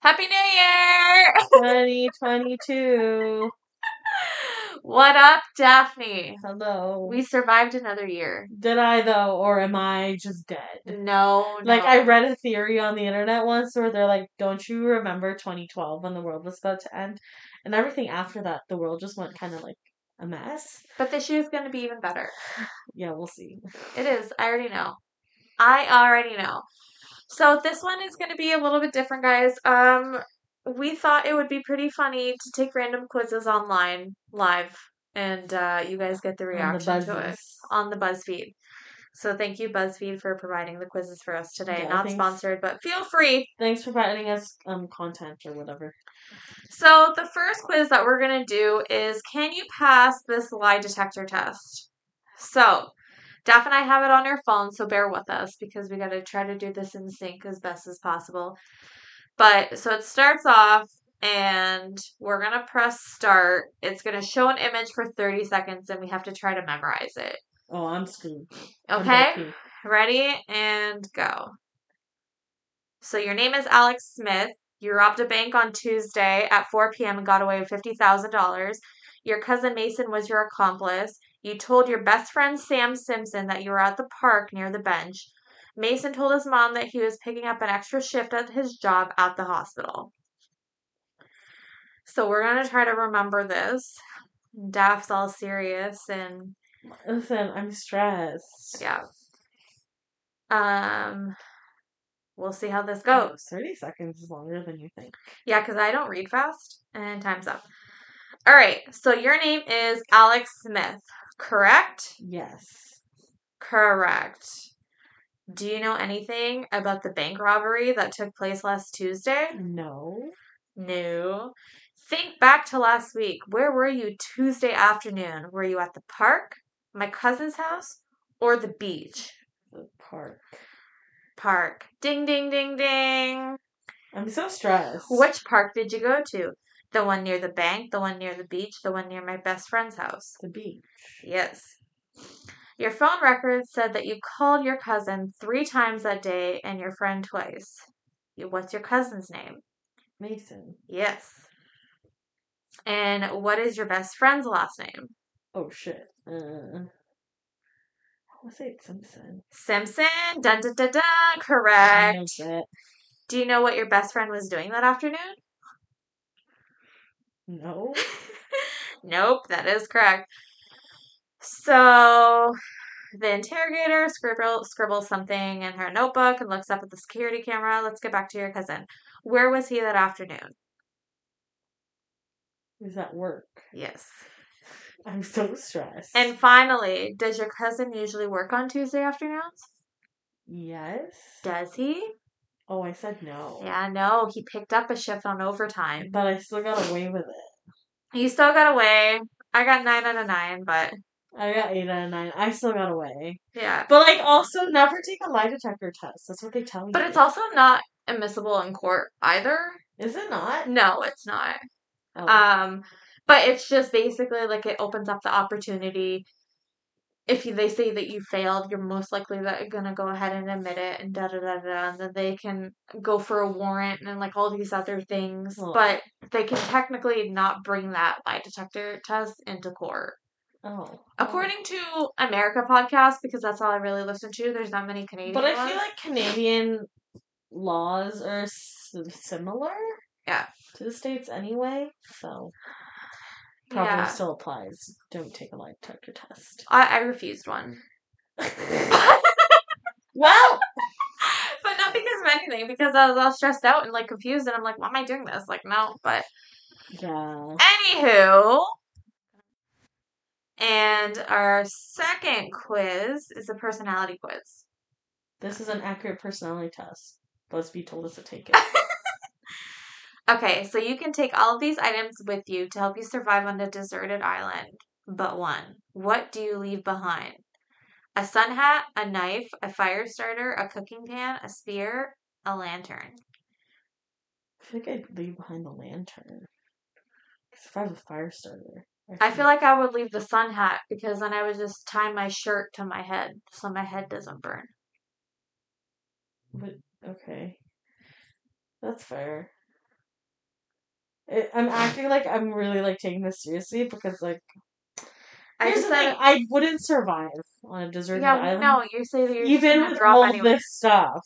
Happy New Year! 2022. What up, Daphne? Hello. We survived another year. Did I though, or am I just dead? No, Like no. I read a theory on the internet once where they're like, "Don't you remember 2012 when the world was about to end?" And everything after that, the world just went kind of like a mess. But this year's going to be even better. Yeah, we'll see. It is. I already know. I already know. So this one is going to be a little bit different, guys. Um, we thought it would be pretty funny to take random quizzes online live, and uh, you guys get the On reaction the to it buzzies. on the BuzzFeed. So thank you, BuzzFeed, for providing the quizzes for us today. Yeah, Not thanks. sponsored, but feel free Thanks for providing us um content or whatever. So the first quiz that we're gonna do is can you pass this lie detector test? So Daph and I have it on our phone, so bear with us because we gotta try to do this in sync as best as possible. But so it starts off and we're gonna press start. It's gonna show an image for 30 seconds and we have to try to memorize it. Oh, I'm screwed. I'm Okay? low-key. Ready and go. So your name is Alex Smith. You robbed a bank on Tuesday at 4 p.m. and got away with $50,000. Your cousin Mason was your accomplice. You told your best friend Sam Simpson that you were at the park near the bench. Mason told his mom that he was picking up an extra shift at his job at the hospital. So we're going to try to remember this. Daph's all serious and Listen, I'm stressed. yeah. Um, we'll see how this goes. 30 seconds is longer than you think. Yeah, because I don't read fast, and time's up. All right. So your name is Alex Smith, correct? Yes. Correct. Do you know anything about the bank robbery that took place last Tuesday? No. No. Think back to last week. Where were you Tuesday afternoon? Were you at the park, my cousin's house, or the beach? The park. Park. Ding, ding, ding, ding. I'm so stressed. Which park did you go to? The one near the bank, the one near the beach, the one near my best friend's house. The beach. Yes. Your phone records said that you called your cousin three times that day and your friend twice. You- What's your cousin's name? Mason. Yes. And what is your best friend's last name? Oh shit. Uh, I was it Simpson? Simpson. Dun dun dun dun. I Correct. know that. Do you know what your best friend was doing that afternoon? No. Nope, that is correct. So the interrogator scribble, scribbles something in her notebook and looks up at the security camera. Let's get back to your cousin. Where was he that afternoon? Is that work? Yes. I'm so stressed. And finally, does your cousin usually work on Tuesday afternoons? yes. Does he? Oh, I said no. Yeah, no, he picked up a shift on overtime. But I still got away with it. You still got away. I got nine out of nine, but I got eight out of nine. I still got away. yeah. But like, also never take a lie detector test. That's what they tell you. But it's also not admissible in court either. Is it not? No, it's not. Oh. Um, but it's just basically like it opens up the opportunity. If you, they say that you failed, you're most likely that gonna go ahead and admit it, and da da da da, and then they can go for a warrant and like all these other things. Well- But they can technically not bring that lie detector test into court, oh. according to America podcast, because that's all I really listen to. There's not many Canadian. But I ones. feel like Canadian laws are s- similar. Yeah. To the states anyway, so probably yeah, still applies. Don't take a lie detector test. I, I refused one. well, but not because of anything, because I was all stressed out and like confused, and I'm like, why am I doing this? Like, no. But yeah. anywho, and our second quiz is a personality quiz. This is an accurate personality test. BuzzFeed told us to take it. Okay, so you can take all of these items with you to help you survive on a deserted island, but one. What do you leave behind? A sun hat, a knife, a fire starter, a cooking pan, a spear, a lantern. I feel like I'd leave behind the lantern. 'Cause if I have a fire starter, I feel like I would leave the sun hat because then I would just tie my shirt to my head so my head doesn't burn. But, okay, that's fair. It, I'm acting like I'm really like taking this seriously because like I here's just the thing, said, I wouldn't survive on a deserted yeah, island. no, you say that you're just even gonna with drop all anyway. this stuff,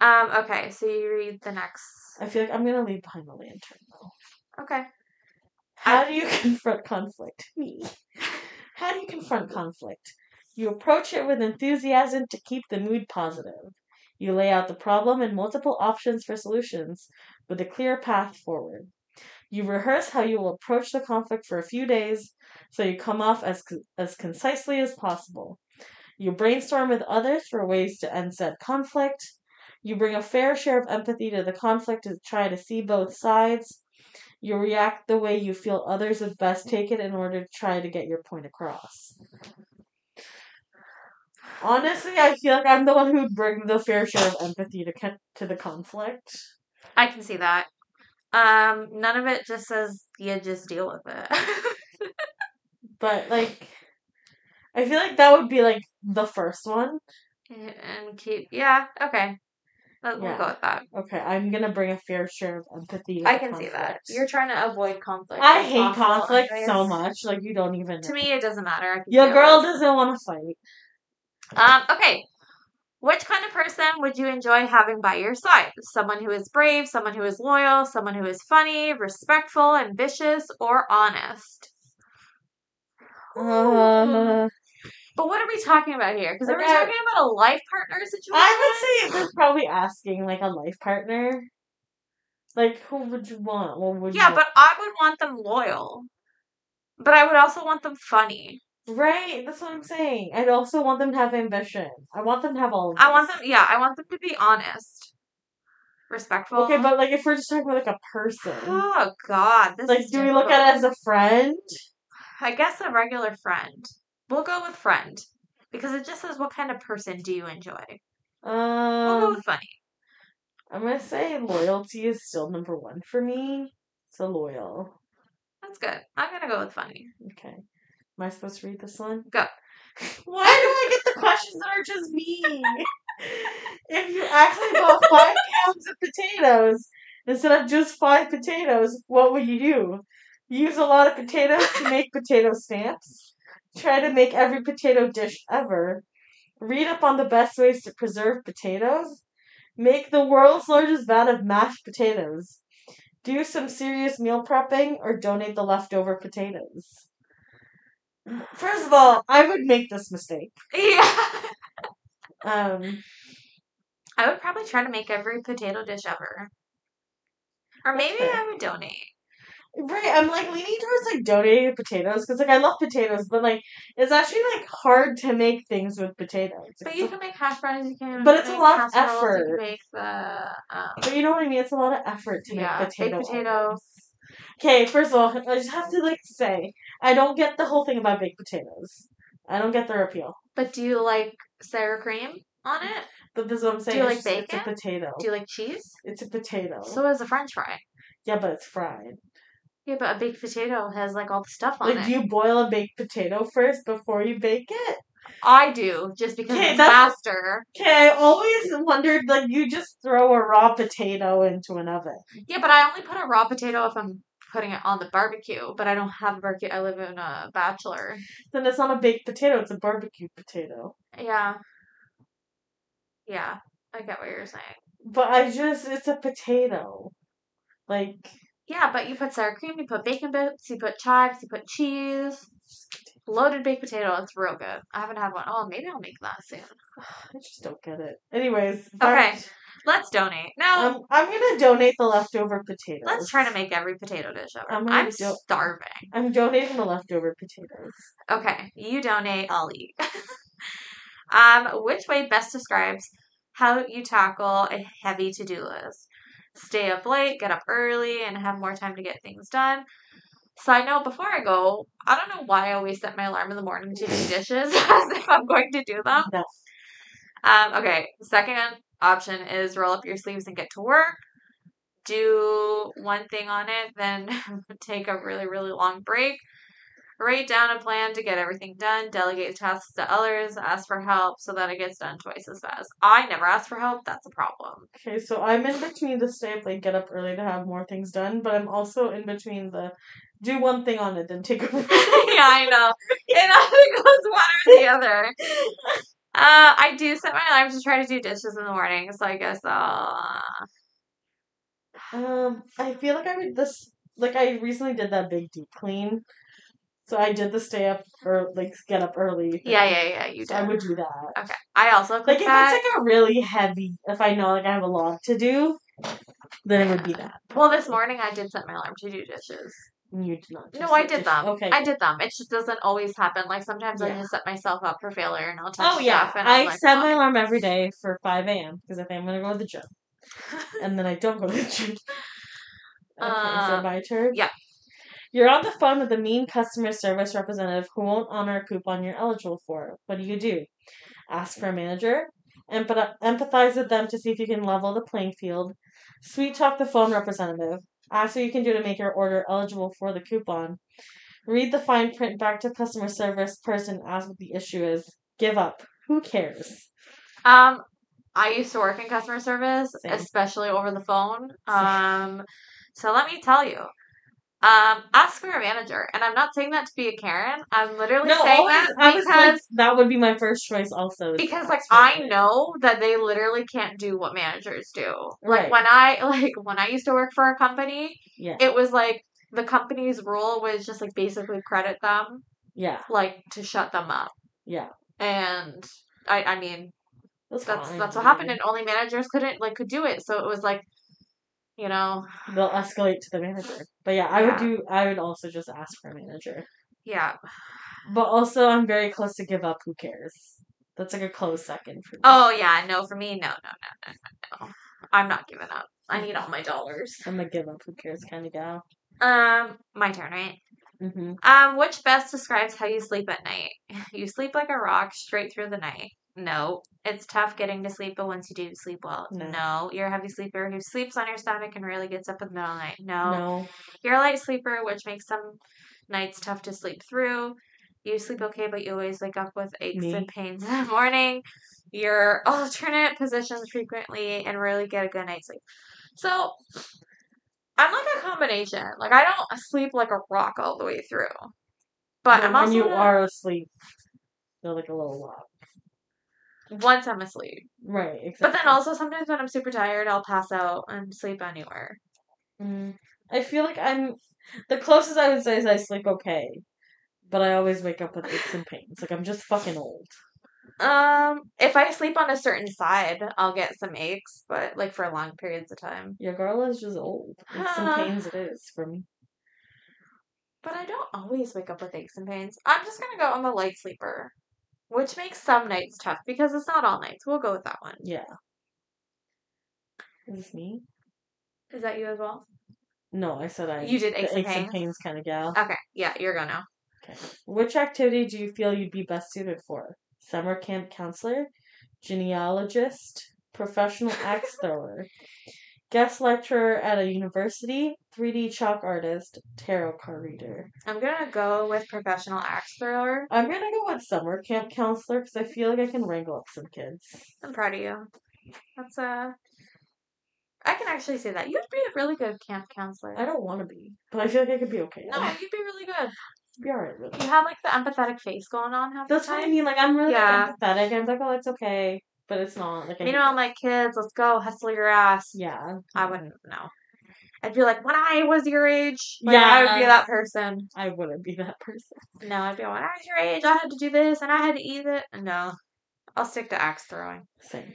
Um, okay, so you read the next. I feel like I'm gonna leave behind a lantern though. Okay. How do you confront conflict? Me. How do you confront conflict? You approach it with enthusiasm to keep the mood positive. You lay out the problem and multiple options for solutions with a clear path forward. You rehearse how you will approach the conflict for a few days so you come off as, as concisely as possible. You brainstorm with others for ways to end said conflict. You bring a fair share of empathy to the conflict to try to see both sides. You react the way you feel others would best take it in order to try to get your point across. Honestly, I feel like I'm the one who'd bring the fair share of empathy to con- to the conflict. I can see that. Um, none of it just says you just deal with it. But like, I feel like that would be like the first one. and keep, yeah, okay. Let, We'll go Yeah. with that. Okay, I'm gonna bring a fair share of empathy. to I the can see that. conflict. You're trying to avoid conflict. I as hate possible conflict so anyways. much. Like you don't even. To know. me, it doesn't matter. I can Your deal girl with it. doesn't want to fight. Um, okay. Which kind of person would you enjoy having by your side? Someone who is brave, someone who is loyal, someone who is funny, respectful, ambitious, or honest. Uh, But what are we talking about here? Because are we Okay. talking about a life partner situation? I would say they're probably asking like a life partner. Like who would you want? What would Yeah, you but I would want them loyal. But I would also want them funny. Right, that's what I'm saying. I'd also want them to have ambition. I want them to have all of I want this. them, yeah, I want them to be honest, respectful. Okay, but like if we're just talking about like a person. oh God, this Like is do we look at it as a friend? I guess a regular friend. We'll go with friend because it just says what kind of person do you enjoy. We'll go Um with funny. I'm gonna say loyalty is still number one for me. So loyal. That's good. I'm gonna go with funny. Okay. Am I supposed to read this one? Go. Why do I get the questions that are just me? if you actually bought five pounds of potatoes instead of just five potatoes, what would you do? Use a lot of potatoes to make potato stamps. Try to make every potato dish ever. Read up on the best ways to preserve potatoes. Make the world's largest vat of mashed potatoes. Do some serious meal prepping or donate the leftover potatoes. First of all, I would make this mistake. Yeah. Um, I would probably try to make every potato dish ever. Or That's maybe fair. I would donate. right, I'm like leaning towards like donating potatoes because like I love potatoes, but like it's actually like hard to make things with potatoes. But you can make hash browns. You can. But it's a make lot of hash rolls, You effort. can make the. Um, But you know what I mean? It's a lot of effort to yeah, make potato. baked potato. Okay, first of all, I just have to like say I don't get the whole thing about baked potatoes. I don't get their appeal. But do you like sour cream on it? But this is what I'm saying. you it's like just- It's a potato. Do you like cheese? It's a potato. So is a French fry. yeah, but it's fried. Yeah, but a baked potato has like all the stuff on Like, it. do you boil a baked potato first before you bake it? I do just because Okay, it's that's- faster. Okay, I always wondered like you just throw a raw potato into an oven. Yeah, but I only put a raw potato if I'm putting it on the barbecue. But I don't have a barbecue. I live in a bachelor. Then it's not a baked potato, it's a barbecue potato. Yeah, yeah. I get what you're saying. But I just it's a potato. Like Yeah, but you put sour cream, you put bacon bits, you put chives, you put cheese, loaded baked potato. It's real good. I haven't had one. Oh, maybe I'll make that soon. I just don't get it. Anyways, Okay. I'm, Let's donate. No, I'm, I'm gonna donate the leftover potatoes. let's try to make every potato dish ever. I'm I'm, gonna do- starving. I'm donating the leftover potatoes. Okay, you donate, I'll eat. um, which way best describes how you tackle a heavy to do list? Stay up late, get up early, and have more time to get things done. Side note, before I go, I don't know why I always set my alarm in the morning to do dishes as if I'm going to do them. No. Um, okay, second option is roll up your sleeves and get to work. Do one thing on it, then take a really, really long break. Write down a plan to get everything done. Delegate tasks to others. Ask for help so that it gets done twice as fast. I never ask for help. That's a problem. Okay, so I'm in between the stay up late, get up early to have more things done, but I'm also in between the do one thing on it, then take a yeah, break. I know. It either goes one or the other. Uh, I do set my alarm to try to do dishes in the morning, so I guess I'll. uh, Um, I feel like I would this like I recently did that big deep clean, so I did the stay up or like get up early. thing. Yeah, yeah, yeah. You So I do. would do that. Okay. I also click Like if that. it's like a really heavy, if I know like I have a lot to do, then it would be that. well, this morning I did set my alarm to do dishes. And You did not. No, just I do did dishes. them. Okay. I did them. It just doesn't always happen. Like sometimes I Yeah. just set myself up for failure and I'll touch Oh yeah, stuff and I I'm like, set "Oh." my alarm every day for five a.m. because I think I'm gonna go to the gym, and then I don't go to the gym. Okay, so Uh, my turn. yeah. You're on the phone with a mean customer service representative who won't honor a coupon you're eligible for. What do you do? Ask for a manager. Empath- empathize with them to see if you can level the playing field. Sweet talk the phone representative. Ask what you can do to make your order eligible for the coupon. Read the fine print back to customer service person. Ask what the issue is. Give up. Who cares? Um, I used to work in customer service, Same. especially over the phone. Same. Um, so let me tell you. Um, ask for a manager, and I'm not saying that to be a Karen. I'm literally saying always- that I was because like, that would be my first choice also. is because to like ask for I it. know that they literally can't do what managers do. Right. Like when I like when I used to work for a company, Yeah. it was like the company's rule was just like basically credit them, Yeah. like to shut them up. Yeah. And I I mean That's that's fine. that's what happened and only managers couldn't like could do it. So it was like you know, They'll escalate to the manager. But yeah, I would Yeah. do. I would also just ask for a manager. yeah. But also, I'm very close to give up. Who cares? That's like a close second for me. Oh yeah, no for me, no, no, no, no, no, no. I'm not giving up. I need all my dollars. I'm a give up. Who cares kind of gal. Um, my turn, right? hmm Um, which best describes how you sleep at night? You sleep like a rock straight through the night. No, it's tough getting to sleep, but once you do sleep well, No. no, you're a heavy sleeper who sleeps on your stomach and rarely gets up in the middle of the night. No. No. you're a light sleeper, which makes some nights tough to sleep through. You sleep okay, but you always wake up with aches Me. and pains in the morning. You're alternate positions frequently and rarely get a good night's sleep. So I'm like a combination. Like I don't sleep like a rock all the way through, but No, I'm also when you not- are asleep, you're like a little lot. once I'm asleep. Right. Exactly. But then also sometimes when I'm super tired, I'll pass out and sleep anywhere. Mm. I feel like I'm the closest I would say is I sleep okay, but I always wake up with aches and pains. Like I'm just fucking old. Um, if I sleep on a certain side, I'll get some aches, but like for long periods of time. Your girl is just old. Aches and Huh. pains it is for me. But I don't always wake up with aches and pains. I'm just gonna go. I'm a light sleeper, which makes some nights tough because it's not all nights. We'll go with that one. Yeah. Is this me? Is that you as well? No, I said I. You did aches Uh, the and aches and pains? pains kind of gal. Okay, yeah, you're going now. Which activity do you feel you'd be best suited for? Summer camp counselor, genealogist, professional axe thrower, guest lecturer at a university, 3D chalk artist, tarot card reader. I'm gonna go with professional axe thrower. I'm gonna go with summer camp counselor because I feel like I can wrangle up some kids. I'm proud of you. That's uh, I can actually say that you'd be a really good camp counselor. I don't want to be, but I feel like I could be okay. No, I'd you'd be really good. be alright with it. You have like the empathetic face going on half That's the what I time. mean. Like I'm really Yeah. empathetic. and I'm like, oh, it's okay, but it's not. Like, I Meanwhile, I'm like, kids, let's go hustle your ass. yeah, I wouldn't know. I'd be like, when I was your age, like, Yeah. I would be that person. I wouldn't be that person. No, I'd be like, when I was your age, I had to do this and I had to eat it. No, I'll stick to axe throwing. Same.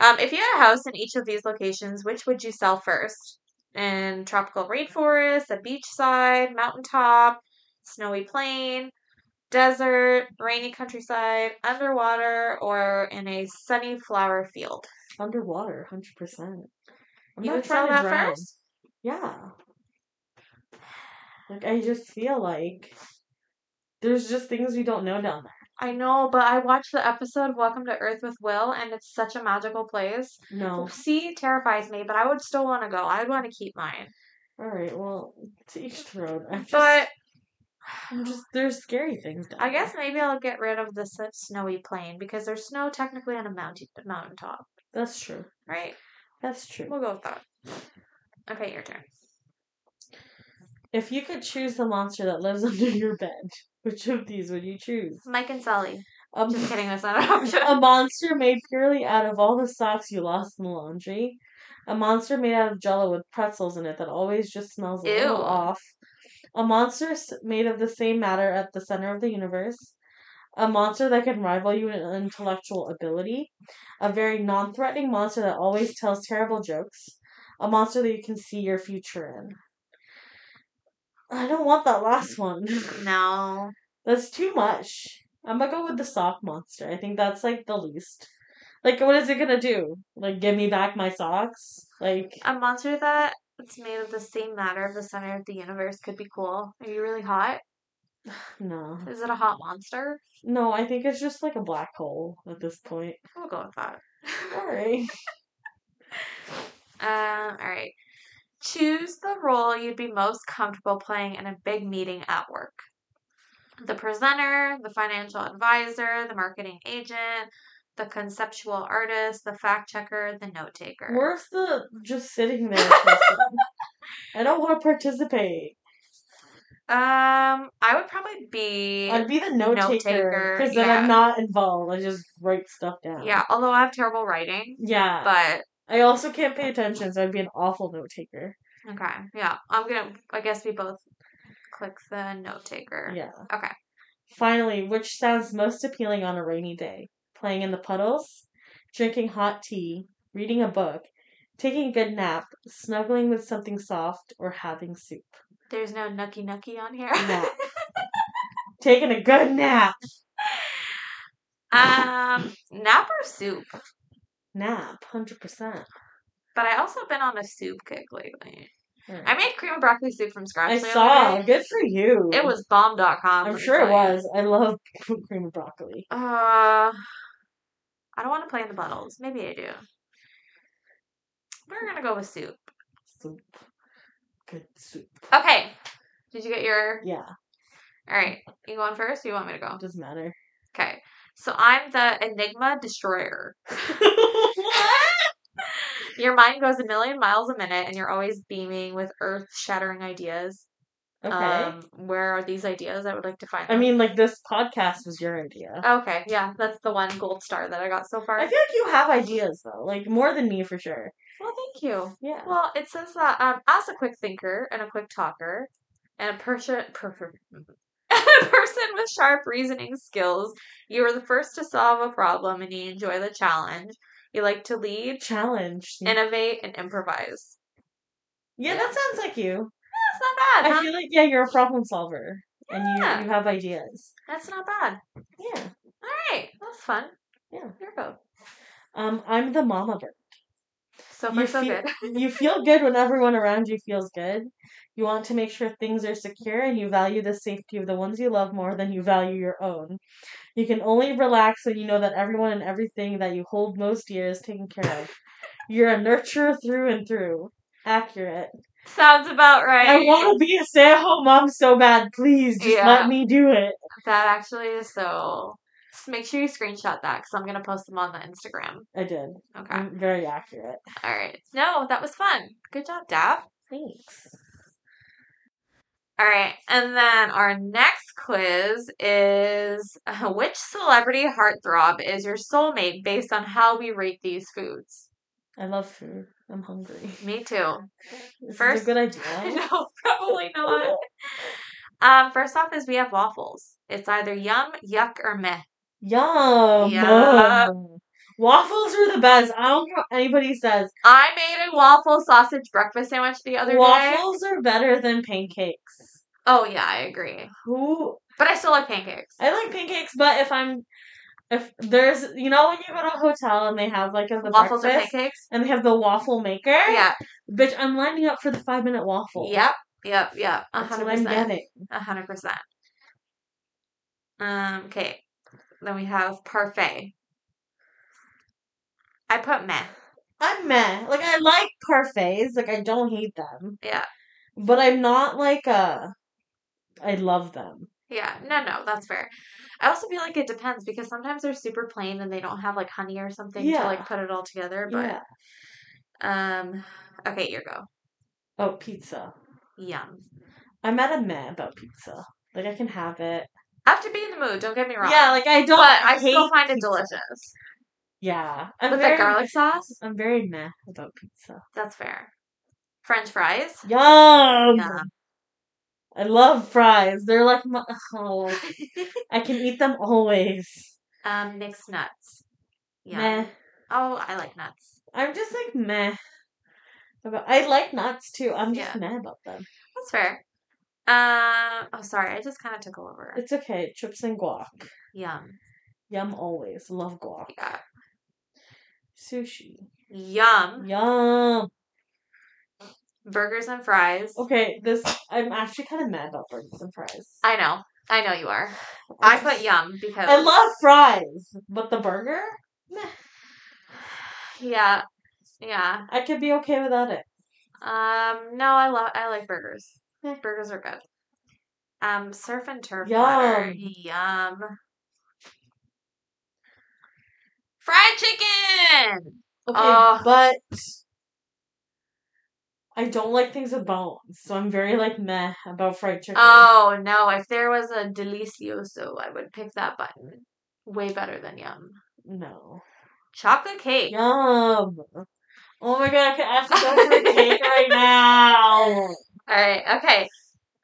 Um, if you had a house in each of these locations, which would you sell first? In tropical rainforest, a beachside, mountaintop, snowy plain, desert, rainy countryside, underwater, or in a sunny flower field. Underwater, hundred percent. I'm You not would sell trying to that drown. first? Yeah. Like I just feel like there's just things we don't know down there. I know, but I watched the episode Welcome to Earth with Will, and it's such a magical place. No. Sea terrifies me, but I would still want to go. I'd want to keep mine. All right. Well, to each their own. I'm just, But I'm just there's scary things. down I guess maybe I'll get rid of the s- snowy plain because there's snow technically on a mountain mountaintop, there. that's true. right? That's true. We'll go with that. Okay, your turn. If you could choose the monster that lives under your bed, which of these would you choose? Mike and Sally. Um, Just kidding, that's not an option. a monster made purely out of all the socks you lost in the laundry. A monster made out of jello with pretzels in it that always just smells a Ew. little off. A monster s- made of the same matter at the center of the universe. A monster that can rival you in intellectual ability. A very non threatening monster that always tells terrible jokes. A monster that you can see your future in. I don't want that last one. No. That's too much. I'm gonna go with the sock monster. I think that's like the least. Like, what is it gonna do? Like, give me back my socks? Like, A monster that it's made of the same matter of the center of the universe could be cool. Are you really hot? no. Is it a hot monster? No, I think it's just like a black hole at this point. We'll go with that. Alright. Um, all right. Choose the role you'd be most comfortable playing in a big meeting at work. The presenter, the financial advisor, the marketing agent, the conceptual artist, the fact checker, the note taker. Where's the just sitting there person? I don't want to participate. Um, I would probably be I'd be the note taker taker, because then yeah. I'm not involved. I just write stuff down. yeah. Although I have terrible writing, Yeah. but I also can't pay attention, so I'd be an awful note taker. okay, yeah. I'm gonna. I guess we both click the note taker. Yeah. Okay. Finally, which sounds most appealing on a rainy day? Playing in the puddles, drinking hot tea, reading a book, taking a good nap, snuggling with something soft, or having soup. There's no nucky nucky on here. Nap. taking a good nap. um, nap or soup. Nap, 100%. But I also been on a soup kick lately. Alright. I made cream and broccoli soup from scratch. I the other saw. day. Good for you. It was bomb.com. I'm let me sure it tell you. was. I love cream of broccoli. Uh, I don't want to play in the bottles. Maybe I do. We're gonna go with soup. Soup. Good soup. Okay. Did you get your? Yeah, All right. You going first? Or you want me to go? doesn't matter. Okay. So I'm the Enigma Destroyer. Your mind goes a million miles a minute, and you're always beaming with earth-shattering ideas. okay. Um, where are these ideas? I would like to find. I them. mean, like, this podcast was your idea. Okay, yeah, that's the one gold star that I got so far. I feel like you have ideas though, like more than me for sure. Well, thank you. Yeah. Well, it says that um, as a quick thinker and a quick talker, and a person, per- a person with sharp reasoning skills, you are the first to solve a problem, and you enjoy the challenge. You like to lead, Challenge. innovate, and improvise. yeah, that sounds like you. That's not bad. I huh? feel like yeah, you're a problem solver and Uh-huh. Yeah. you you have ideas. That's not bad. Yeah. All right, that was fun. Yeah. Your vote. Um, I'm the mama bird. So far, You so feel, good. you feel good when everyone around you feels good. You want to make sure things are secure and you value the safety of the ones you love more than you value your own. You can only relax when you know that everyone and everything that you hold most dear is taken care of. You're a nurturer through and through. Accurate. Sounds about right. I want to be a stay at home mom so bad. Please just Yeah. let me do it. That actually is so. Just make sure you screenshot that because I'm gonna post them on the Instagram. I did. Okay. I'm very accurate. All right. No, that was fun. Good job, Daph. Thanks. All right. And then our next quiz is uh, which celebrity heartthrob is your soulmate based on how we rate these foods? I love food. I'm hungry. Me too. This First- is a good I idea. know, probably not. Um, first off, is we have waffles. It's either yum, yuck, or meh. Yum. Yup. Waffles are the best. I don't care what anybody says. I made a waffle sausage breakfast sandwich the other day. Waffles are better than pancakes. Oh yeah, I agree. Who? But I still like pancakes. I like pancakes, but if I'm, if there's, you know, when you go to a hotel and they have like a the waffles or breakfast pancakes? and they have the waffle maker. Yeah. Bitch, I'm lining up for the five minute waffle. Yep. Yep. Yep. A That's hundred what Uh-huh, I'm percent. getting. A hundred percent. Um, okay. Then we have parfait. I put meh. I'm meh. Like I like parfaits. Like I don't hate them. Yeah. But I'm not like a I love them. Yeah, no, no, that's fair. I also feel like it depends because sometimes they're super plain and they don't have like honey or something Yeah. to like put it all together. But yeah. um, okay, your go. Oh, pizza. Yum. I'm at a meh about pizza. Like I can have it. I have to be in the mood. Don't get me wrong. Yeah, like I don't. but I, still hate find it pizza. delicious. Yeah, I'm With very, that garlic sauce, I'm very meh about pizza. that's fair. French fries. Yum! Yum. I love fries. They're like my. Oh, I can eat them always. um, mixed nuts. Yum. Meh. Oh, I like nuts. I'm just like meh. About, I like nuts too. I'm just Yeah. meh about them. That's fair. Um, oh, sorry, I just kind of took over. It's okay. Chips and guac. Yum. Yum always. Love guac. Yeah. Sushi. Yum. Yum. Burgers and fries. Okay, this I'm actually kind of mad about burgers and fries. I know. I know you are. I put just- yum because I love fries, but the burger, Yeah. Yeah. I could be okay without it. Um no, I love I like burgers. Eh. Burgers are good. Um surf and turf platter. Yum. Fried chicken. Okay, Ugh. but I don't like things with bones, so I'm very like meh about fried chicken. Oh no, if there was a delicioso, I would pick that button. Way better than yum. no, Chocolate cake. yum. Oh my god, I could actually go for a cake right now. All right. Okay.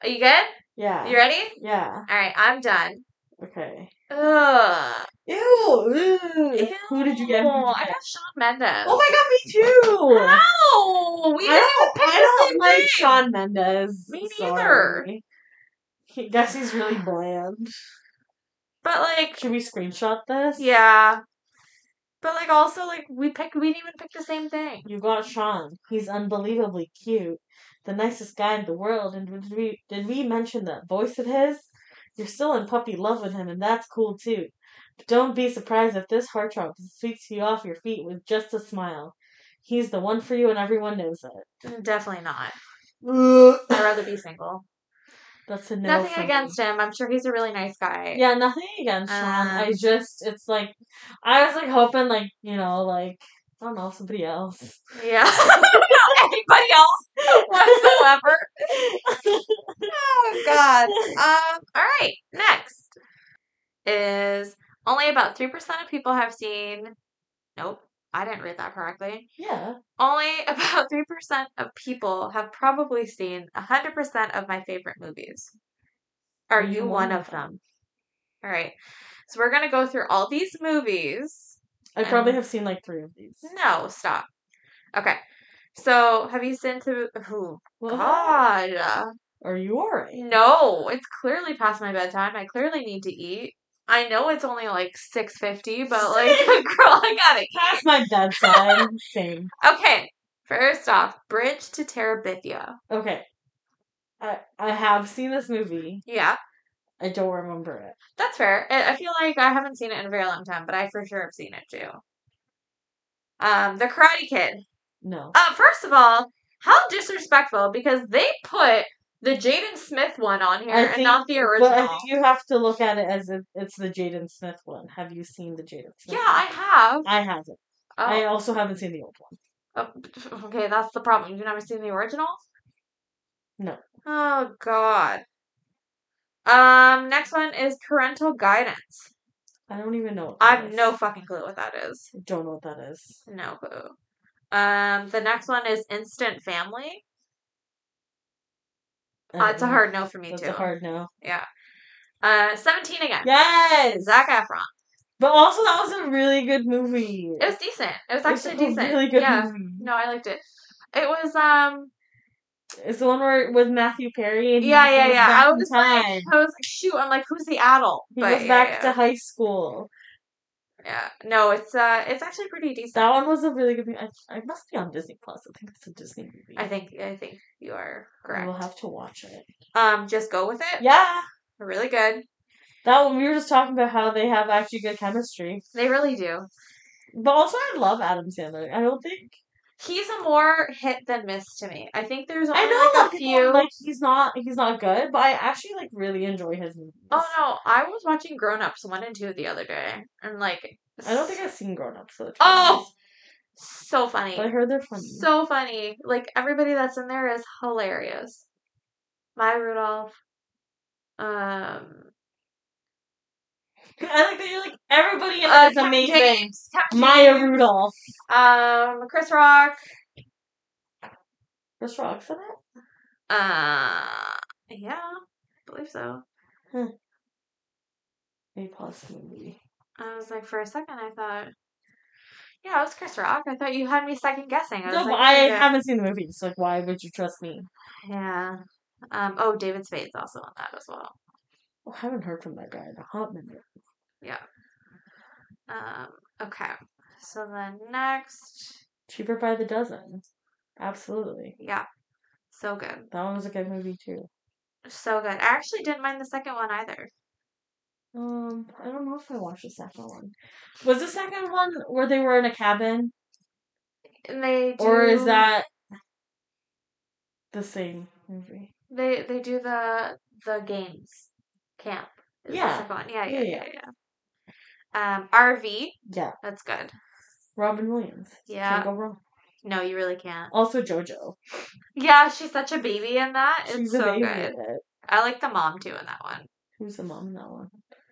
Are you good? Yeah, You ready? yeah. All right. I'm done. Okay. Ugh. Ew, ew. Who did you get? Who did Ew, you I get? got Sean Mendes. Oh my god, me too. No, we I didn't don't, pick I don't the same like thing. Sean Mendes. Me Sorry. He, guess he's really bland. But like, Should we screenshot this? yeah. But like, also like, we picked. We didn't even pick the same thing. You got Sean. He's unbelievably cute, the nicest guy in the world. And did we did we mention that voice of his? You're still in puppy love with him, and that's cool too. But don't be surprised if this heart heartthrob sweeps you off your feet with just a smile. He's the one for you, and everyone knows Definitely not. it. I'd rather be single. That's a no. for Nothing me. against him. I'm sure he's a really nice guy. Yeah, nothing against Sean. I Um, just it's like I was like hoping like, you know, like I don't know, somebody else. Yeah. Not anybody else whatsoever. oh God. Um. All right. Next is only about three percent of people have seen. Nope. I didn't read that correctly. Yeah. Only about 3% of people have probably seen 100% of my favorite movies. Are Are you you one one of of them? All right. So we're going to go through all these movies. I probably Um, have seen like three of these. No, stop. Okay. So have you seen to. Oh, What? God. Are you alright? No, it's clearly past my bedtime. I clearly need to eat. I know it's only like 6.50, but like, girl, I gotta eat. Past my bedtime. Same. Okay. First off, Bridge to Terabithia. Okay. I I have seen this movie. Yeah. I don't remember it. That's fair. I I feel like I haven't seen it in a very long time, but I for sure have seen it too. Um, The Karate Kid. No. Uh, first of all, how disrespectful because they put the Jaden Smith one on here I and not the But I original. think you have to look at it as if it's the Jaden Smith one. Have you seen the Jaden yeah, Smith Oh. I one? I haven't. I uh, have. also haven't seen the old one. Oh, oh, okay, that's the problem. You've never seen the original? No. Oh God. Um, next one is parental guidance. I don't even know what I that have is. no fucking clue what that is. don't know what that is. No clue. Um, the next one is instant family. Uh, it's a hard no for me Um, Mm-hmm. That's too. a hard no. Uh, 17 again. Yes, Zach Efron. But also, that was a really good movie. It was decent. It was It's actually decent. A really good yeah. movie. No, I liked it. It was um It's the one where with Matthew Perry. And he yeah, yeah, goes yeah. back I in was like time. I was like, shoot, I'm like, who's the adult? he but goes yeah, back yeah, to high school. yeah. No, it's uh it's actually pretty decent. That one was a really good movie. I, I must be on Disney Plus. I think it's a Disney movie. I think I think you are We'll correct. have to watch it. Um, just go with it. Yeah, Really good. that one. We were just talking about how they have actually good chemistry. They really do. But also, I love Adam Sandler. I don't think He's a more hit than miss to me. I think there's only I know a lot like of a people few. are like he's not he's not good, but I actually like really enjoy his movies. oh no, I was watching Grown Ups one and two the other day, and like I don't think I've seen Grown Ups. So it's Oh! fine. so funny. but I heard they're funny. So funny. Like everybody that's in there is hilarious. My Rudolph. Um I like that you're like everybody in uh, it is Kevin amazing. James, Kevin Maya James, Rudolph. um Chris Rock. Chris Rock's in it. Uh yeah, I believe so. Maybe pause the movie. I was like for a second I thought Yeah, it was Chris Rock. I thought you had me second guessing. I was No, like, but I yeah. haven't seen the movie, so like, why would you trust me? yeah. Um oh David Spade's also on that as well. Well, Oh, I haven't heard from that guy in a hot minute. Um okay. So then next Cheaper by the dozen. Absolutely, yeah. So good. that one was a good movie too. So good. I actually didn't mind the second one either. Um, I don't know if I watched the second one. Was the second one where they were in a cabin, And they do, or is that the same movie? they they do the the games camp? Is the Yeah. second one. Yeah, yeah, Yeah, yeah, yeah. Um, RV. Yeah, That's good. Robin Williams. Yeah. Can't go wrong. No, you really can't. Also JoJo. Yeah, she's such a baby in that. It's She's a so baby good. in it. I like the mom too in that one. Who's the mom in that one?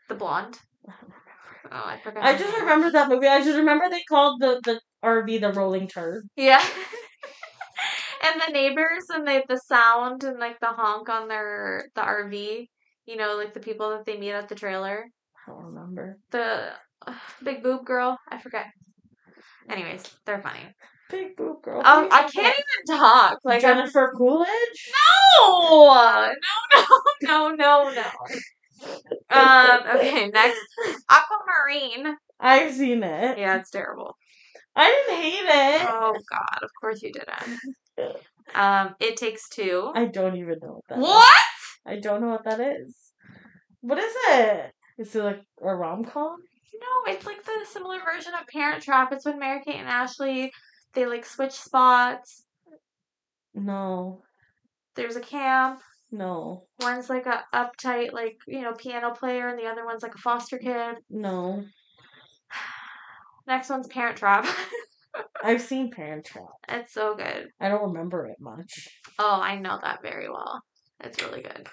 The blonde. I don't remember. Oh, I forgot. I her just name. remember that movie. I just remember they called the the RV the Rolling Turd. Yeah. and the neighbors and they the sound and like the honk on their the RV. You know, like the people that they meet at the trailer. I don't remember. the uh, big boob girl. I forget. Anyways, they're funny. Big boob girl. Um, I Who do you can't even talk. think that- Like, I'm, Jennifer Coolidge. no, no, no, no, no, no. Um, okay, next, Aquamarine. I've seen it. Yeah, it's terrible. I didn't hate it. Oh God, of course you didn't. Um, it takes two. I don't even know what that is. What? I don't know what that is. What is it? Is it like a rom com? No, it's like the similar version of Parent Trap. It's when Mary Kate and Ashley they like switch spots. No, There's a camp. no, One's like a uptight, like you know, piano player, and the other one's like a foster kid. no. Next one's Parent Trap. I've seen Parent Trap. it's so good. I don't remember it much. Oh, I know that very well. It's really good.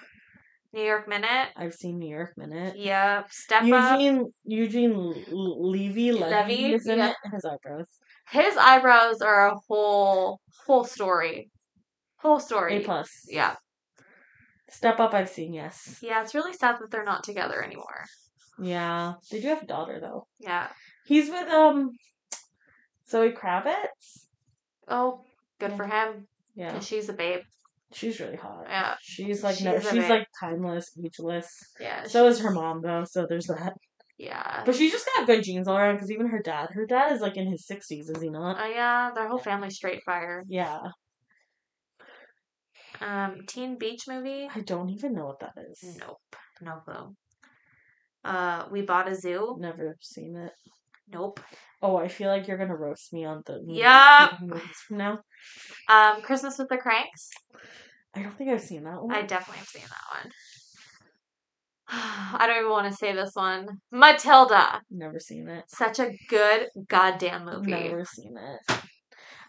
New York Minute. I've seen New York Minute. Yep. Step Up. Eugene Eugene L- L- Levy Levy Levy, is in yeah. it. His eyebrows. His eyebrows are a whole whole story. Whole A story. plus. Yeah. Step up. I've seen. Yes. Yeah, it's really sad that they're not together anymore. Yeah. They do have a daughter though. Yeah. He's with um Zoe Kravitz. Oh, good Yeah. for him. Yeah. And she's a babe. She's really hot. Yeah. She's like no. She's a She's babe. like timeless, ageless. Yeah. So she- is her mom though. So there's that. Yeah. But she's just got good genes all around. Because even her dad. Her dad is like in his sixties. Is he not? Oh yeah, their whole family's straight fire. Yeah. Um, Teen Beach movie. I don't even know what that is. Nope, no clue. Uh, we bought a zoo. Never seen it. Nope. Oh, I feel like you're gonna roast me on the movie- Yup. movies from now. Um, Christmas with the Cranks. I don't think I've seen that one. I definitely have seen that one. I don't even want to say this one. Matilda. Never seen it. Such a good goddamn movie. Never seen it.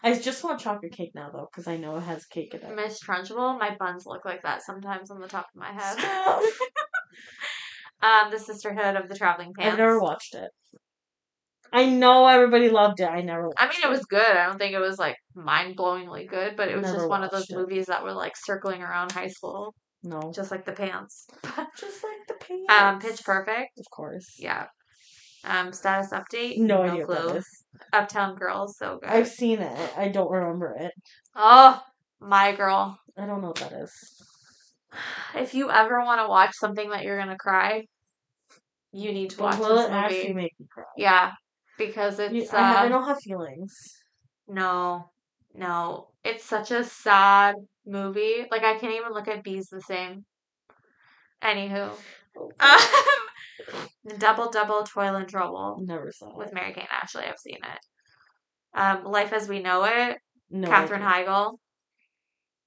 I just want chocolate cake now though, because I know it has cake in it. Miss Trunchbull. My buns look like that sometimes on the top of my head. Stop. Um, The Sisterhood of the Traveling Pants. I've never watched it. I know everybody loved it. I never. Watched I mean, it was good. I don't think it was like mind blowingly good, but it was Never just one of those watched it. movies that were like circling around high school, no, just, just like the pants. like the pants. Um, Pitch Perfect. of course. Yeah. Um, status update. No, idea what that clue. is. Uptown Girls, so good. I've seen it. I don't remember it. oh, my girl. I don't know what that is. If you ever want to watch something that you're gonna cry, you need to watch But will this it movie. actually make me cry? yeah, because You- it's I, ha- I uh, don't have feelings. no, no, it's such a sad movie. Like I can't even look at bees the same. Anywho, Oh. um, double double toil and trouble. Never saw it. with Mary Kate and Ashley. I've seen it. Um, Life as We Know It. No. Katherine idea. Heigl.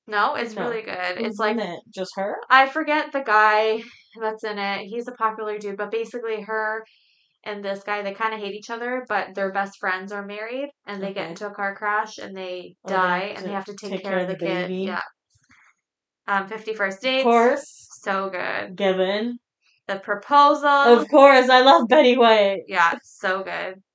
No, it's No. Mm-hmm. really good. Who's It's like in it? just her. I forget the guy that's in it. He's a popular dude, but basically her and this guy they kind of hate each other, but their best friends are married and they get Okay. into a car crash and they Oh, they die have and to they have to take, care, of the, kid. baby. Yeah. Um, Fifty First Of Dates. course, So good. given. The proposal. Of course, I love Betty White. yeah, it's so good.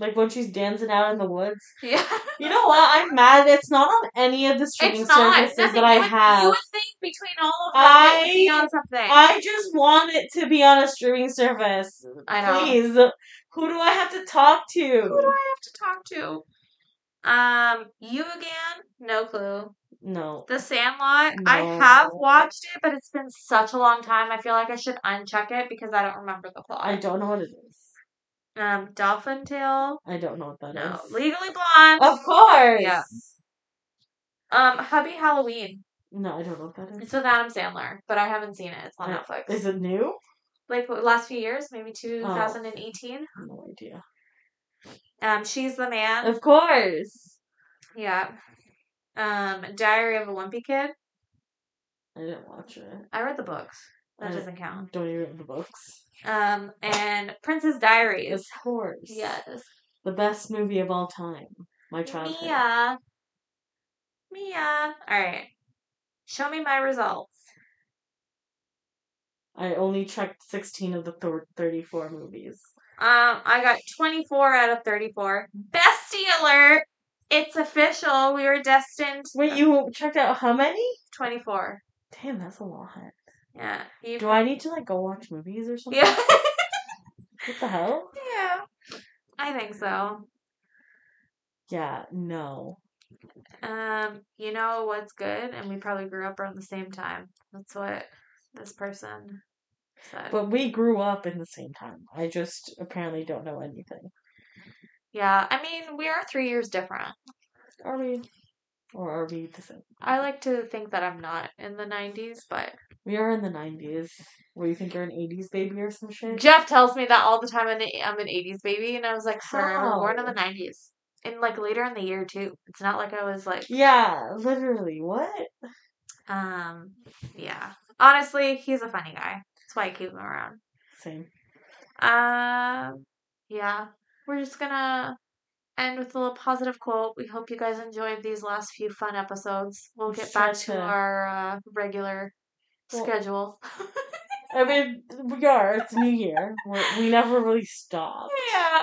Like when she's dancing out in the woods. Yeah. You know what? I'm mad. It's not on any of the streaming It's not services nothing that I you would, have. You would think between all of that, it would be I- on something. I, I just want it to be on a streaming service. know. Please. Who do I have to talk to? Who do I have to talk to? Um, you again? No clue. No. The Sandlot. I No. have watched it, but it's been such a long time. I feel like I should uncheck it because I don't remember the plot. I don't know what it is. Um, Dolphin Tale. I don't know what that is. No, Legally Blonde. Of course. Yeah. Um, Hubby Halloween. No, I don't know what that is. It's with Adam Sandler, but I haven't seen it. It's on Uh, Netflix. Is it Oh. new? like what, last few years, maybe 2018. No idea. Um, she's the man. Of course. Yeah. Um, Diary of a Wimpy Kid. I didn't watch it. I read the books. That I doesn't count. Don't even read the books. Um, and Princess Of Diaries. course. Yes. The best movie of all time. My childhood. Mia. Mia. All right. Show me my results. I only checked 16 of the thir- 34 movies. Um, I got 24 out of 34. Bestie alert! It's official. We were destined Wait, you checked out how many? 24. Damn, that's a lot. Yeah. You, Do I need to like go watch movies or something? yeah. What the hell? yeah. I think so. Yeah, no. Um, you know what's good, and we probably grew up around the same time. That's what this person said. But we grew up in the same time. I just apparently don't know anything. yeah, I mean, we are three years different. Are we? Or are we the same? I like to think that I'm not in the 90s, but We are in the 90s. What do you think you're an 80s baby or some shit? Jeff tells me that all the time. I'm an- I'm an 80s baby, and I was like, sir, I was born in the How? 90s. And like later in the year, too. It's not like I was like, yeah, literally. What? um, yeah. Honestly, he's a funny guy. That's why I keep him around. Same. Um, yeah, we're just gonna end with a little positive quote. We hope you guys enjoyed these last few fun episodes. We'll Let's get try back to to- our uh, regular Well- schedule. I mean, we are. It's New Year. We're, we never really stop. yeah,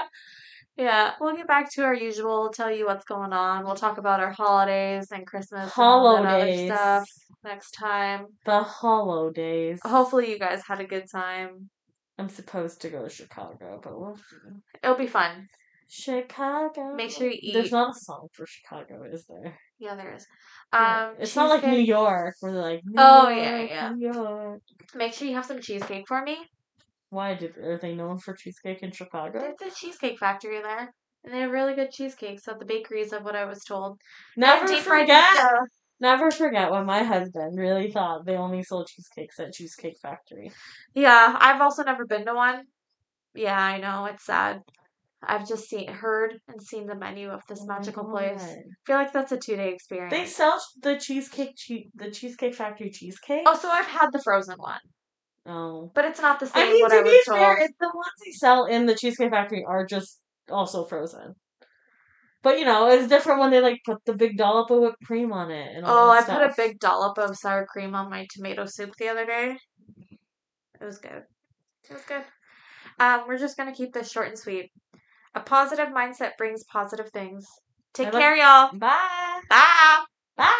yeah, we'll get back to our usual. We'll tell you what's going on. We'll talk about our holidays and Christmas and all that Holidays. other stuff next time. The holidays. Hopefully, you guys had a good time. I'm supposed to go to Chicago, but we'll see. It'll be fun. Chicago. Make sure you There's eat. not a song for Chicago, is there? Yeah, there is. Yeah. Um, it's not like New cheesecake. York where they're like, New Oh, York, yeah, yeah. New York. Make sure you have some cheesecake for me. Why did are they known for cheesecake in Chicago? There's a cheesecake factory there, and they have really good cheesecakes at the bakeries, of what I was told. Never Deep fried forget. pizza. Never forget what my husband really thought they only sold cheesecakes at Cheesecake Factory. Yeah, I've also never been to one. Yeah, I know it's sad. I've just seen, heard, and seen the menu of this Oh my magical place. God. I feel like that's a two-day They experience. sell the cheesecake, che- the Cheesecake Factory cheesecake. Also, I've had the frozen one, Oh. but it's not the I same. mean, what to I be was told. fair, it- the ones they sell in the Cheesecake Factory are just also frozen. But you know, it's different when they like put the big dollop of whipped cream on it. And all oh, I that put a stuff. big dollop of sour cream on my tomato soup the other day. It was good. It was good. Um, we're just gonna keep this short and sweet. A positive mindset brings positive things. Take I love- care, y'all. Bye. Bye. Bye.